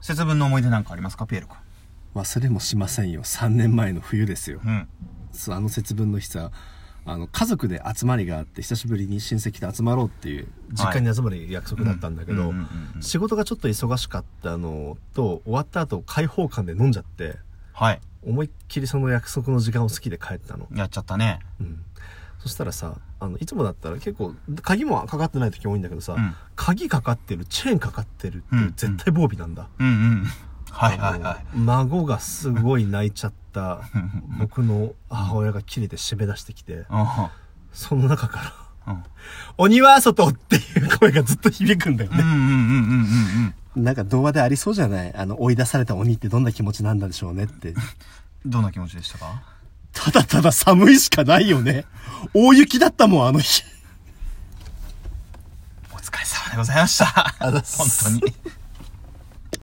節分の思い出なんかありますかピエロ君忘れもしませんよ3年前の冬ですよ、うんそうあの節分の日さあの家族で集まりがあって久しぶりに親戚で集まろうっていう実家に集まる約束だったんだけうどんうんうんうん仕事がちょっと忙しかったのと終わった後開放感で飲んじゃってはい思いっきりその約束の時間を好きで帰ったの、やっちゃったねうん、そしたらさあのいつもだったら結構鍵もかかってない時多いんだけどさ、うん鍵かかってるチェーンかかってるっていう絶対防備なんだ、うんうん はいはいはいあの孫がすごい泣いちゃった 僕の母親が切れて締め出してきてうその中からんうん「鬼は外!」っていう声がずっと響くんだようんうね、んうんうんうんなんか童話でありそうじゃないあの、追い出された鬼ってどんな気持ちなんだでしょうねって。うんどんな気持ちでしたかただただ寒いしかないよね。大雪だったもん、あの日。お疲れ様でございました 本当に